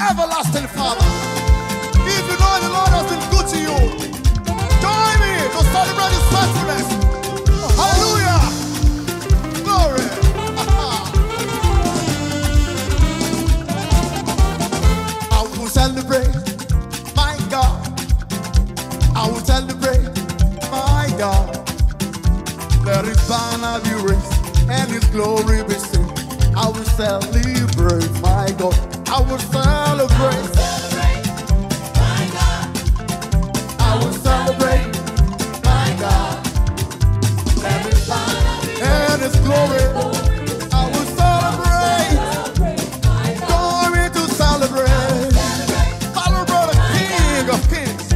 everlasting Father. If you know the Lord has been good to you, join me to celebrate His faithfulness. Hallelujah! Glory! I will celebrate my God. I will celebrate my God. Let His banner be raised and His glory be seen. I will celebrate my God. I will celebrate. I will celebrate my God. And His glory. I will celebrate. Glory to celebrate. Celebrate the King of Kings.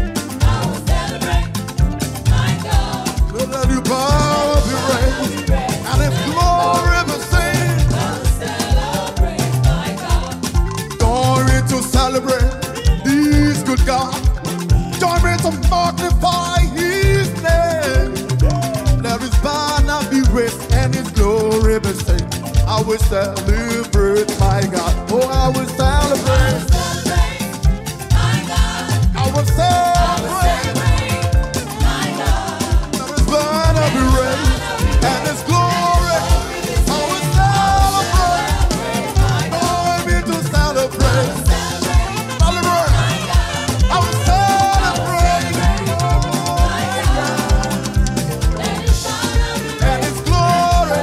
Let His power be raised and His glory be seen. Glory to celebrate this good God. Join me to magnify His name. Let His banner be raised and His glory be seen. I will celebrate my God. Oh, I will celebrate. I will celebrate. Let His banner be raised and His glory. I will celebrate. Glory to celebrate. Celebrate. Oh, I will celebrate. And His glory.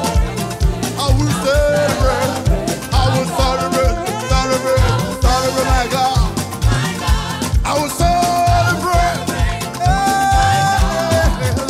I will Oh, celebrate. Oh, Oh, Eh, Oh, Oh, Oh, Oh, oh,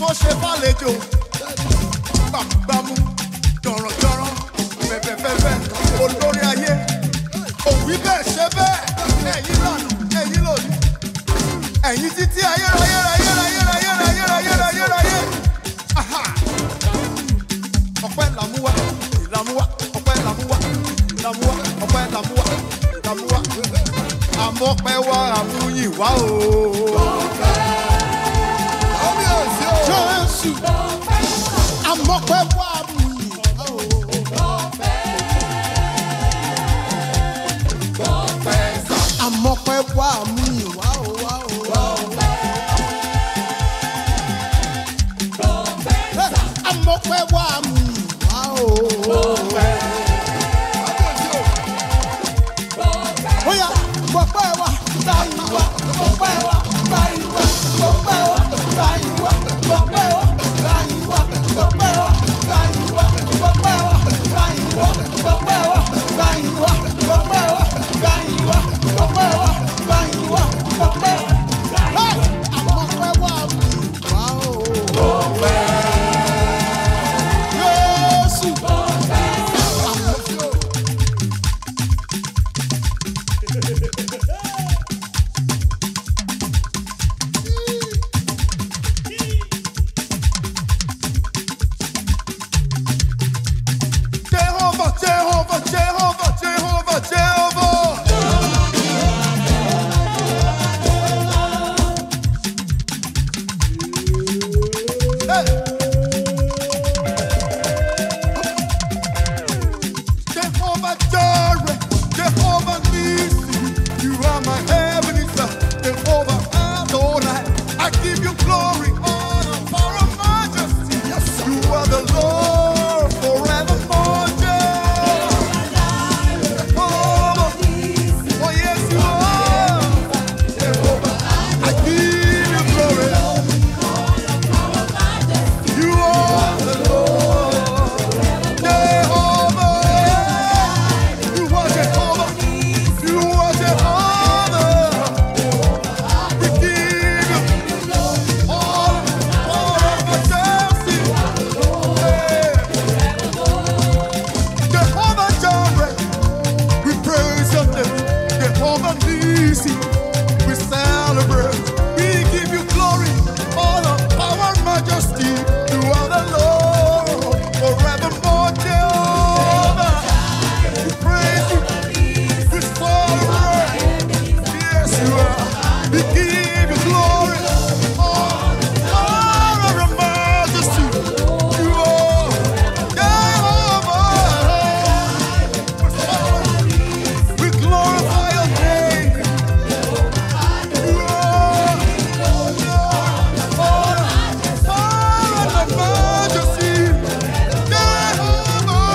mo ṣe fàlejò gbàmùgbàmù jọ̀rọ̀jọ̀rọ̀ fẹ̀fẹ̀fẹ̀fẹ̀ olórí ayé òwí bẹ́ẹ̀ ṣe bẹ́ẹ̀ ẹ̀yin lọ́nà ẹ̀yin lòdì ẹ̀yin títí ayérayérayérayérayérayérayérayérayérayé Aha! ọpẹ́ làmúwa làmúwa ọpẹ́ làmúwa làmúwa ọpẹ́ làmúwa làmúwa àmọ́pẹ́ wa àmúyìn wá o. Jésù, àmọ́pẹ́ wá mú yìí. Àmọ́pẹ́ wá mú yìí wá o wá o wá o. Àmọ́pẹ́ wá mú yìí wá o. Bóyá gbọ́pẹ́ wa ta ìwà, gbọ́pẹ́ wa ta ìwà, gbọ́pẹ́ wa ta ìwà, gbọ́pẹ́ wa ta ìwà, gbọ́pẹ́ wa ta ìwà, gbọ́pẹ́ wa ta ìwà, gbọ́pẹ́ wa ta ìwà, gbọ́pẹ́ wa ta ìwà, gbọ́pẹ́ wa ta ìwà, gbọ́pẹ́ wa. Hey! Àmọ́pẹ́ wá mú ìwà o. Jésù. Àmọ́pẹ́. Jehovah, Jehovah, Jehovah, Jehovah, Jehovah. Hey. Jehovah Jireh, Jehovah Nissi, you are my heavenly son, Jehovah Adonai. I give you glory, honor, power, majesty. Yes, you are the Lord forevermore. Jehovah, oh yes, you are. Jehovah, I give you glory. You are the Lord. Jehovah, you are Jehovah, you are Jehovah. We give you all all of majesty. Jehovah Jireh, we praise your name. Jehovah Nissi, we celebrate. We give you glory, all of power, majesty. You are the Lord forevermore, Jehovah. We praise you, we celebrate. Yes, you are. We give you glory. all honor and majesty. You are Jehovah. We glorify your name. You are honor, honor and majesty. Jehovah.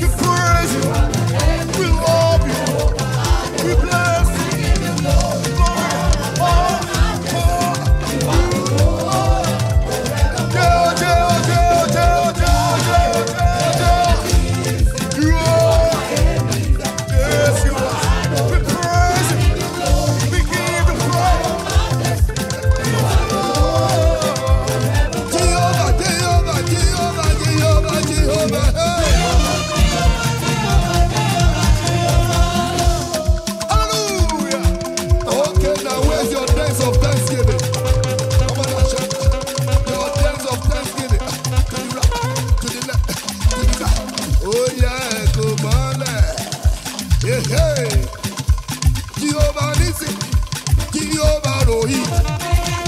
We praise you. We love you. We bless you. Hallelujah! Okay, now where's your dance of thanksgiving? Come on, now, church. Your dance of thanksgiving. To the right, to the left, to the right. Oh yeah, come on. eh. Yeah, hey. Jehovah Nissi, Jehovah Rohi,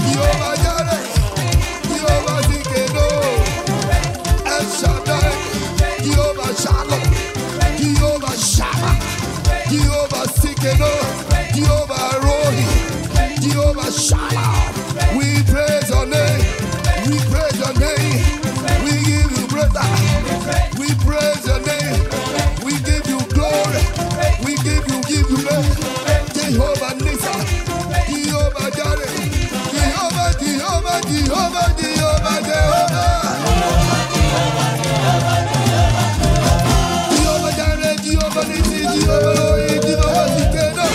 Jehovah Jireh, Jehovah Zikeno, El Shaddai, Jehovah Shalom, Jehovah Shammah, Jehovah Zikeno. Jehovah Rohi, Jehovah Shalom. We praise your name. We praise your name. We give you praise. We praise your name. We give you glory. We give you, give you name. Jehovah Nisa, Jehovah Jireh, Jehovah, Jehovah, Jehovah, Jehovah, Jehovah. Jehovah Jireh, Jehovah Nissi, Jehovah Rohi, Jehovah Zikeno.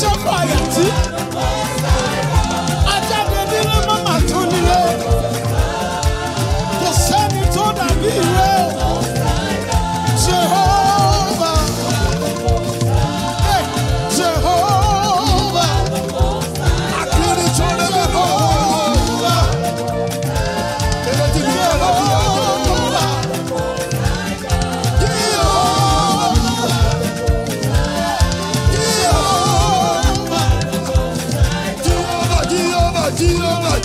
sọ́kọ̀ àyàtí. Ajáde nílé mọ́mà tó nílé. Kò sẹ́ni tó dàbí ìwé o. Jehova. Hey, Jehova. Jehova. Jehova. Jehova. Jehovah, Jehovah, Jehovah,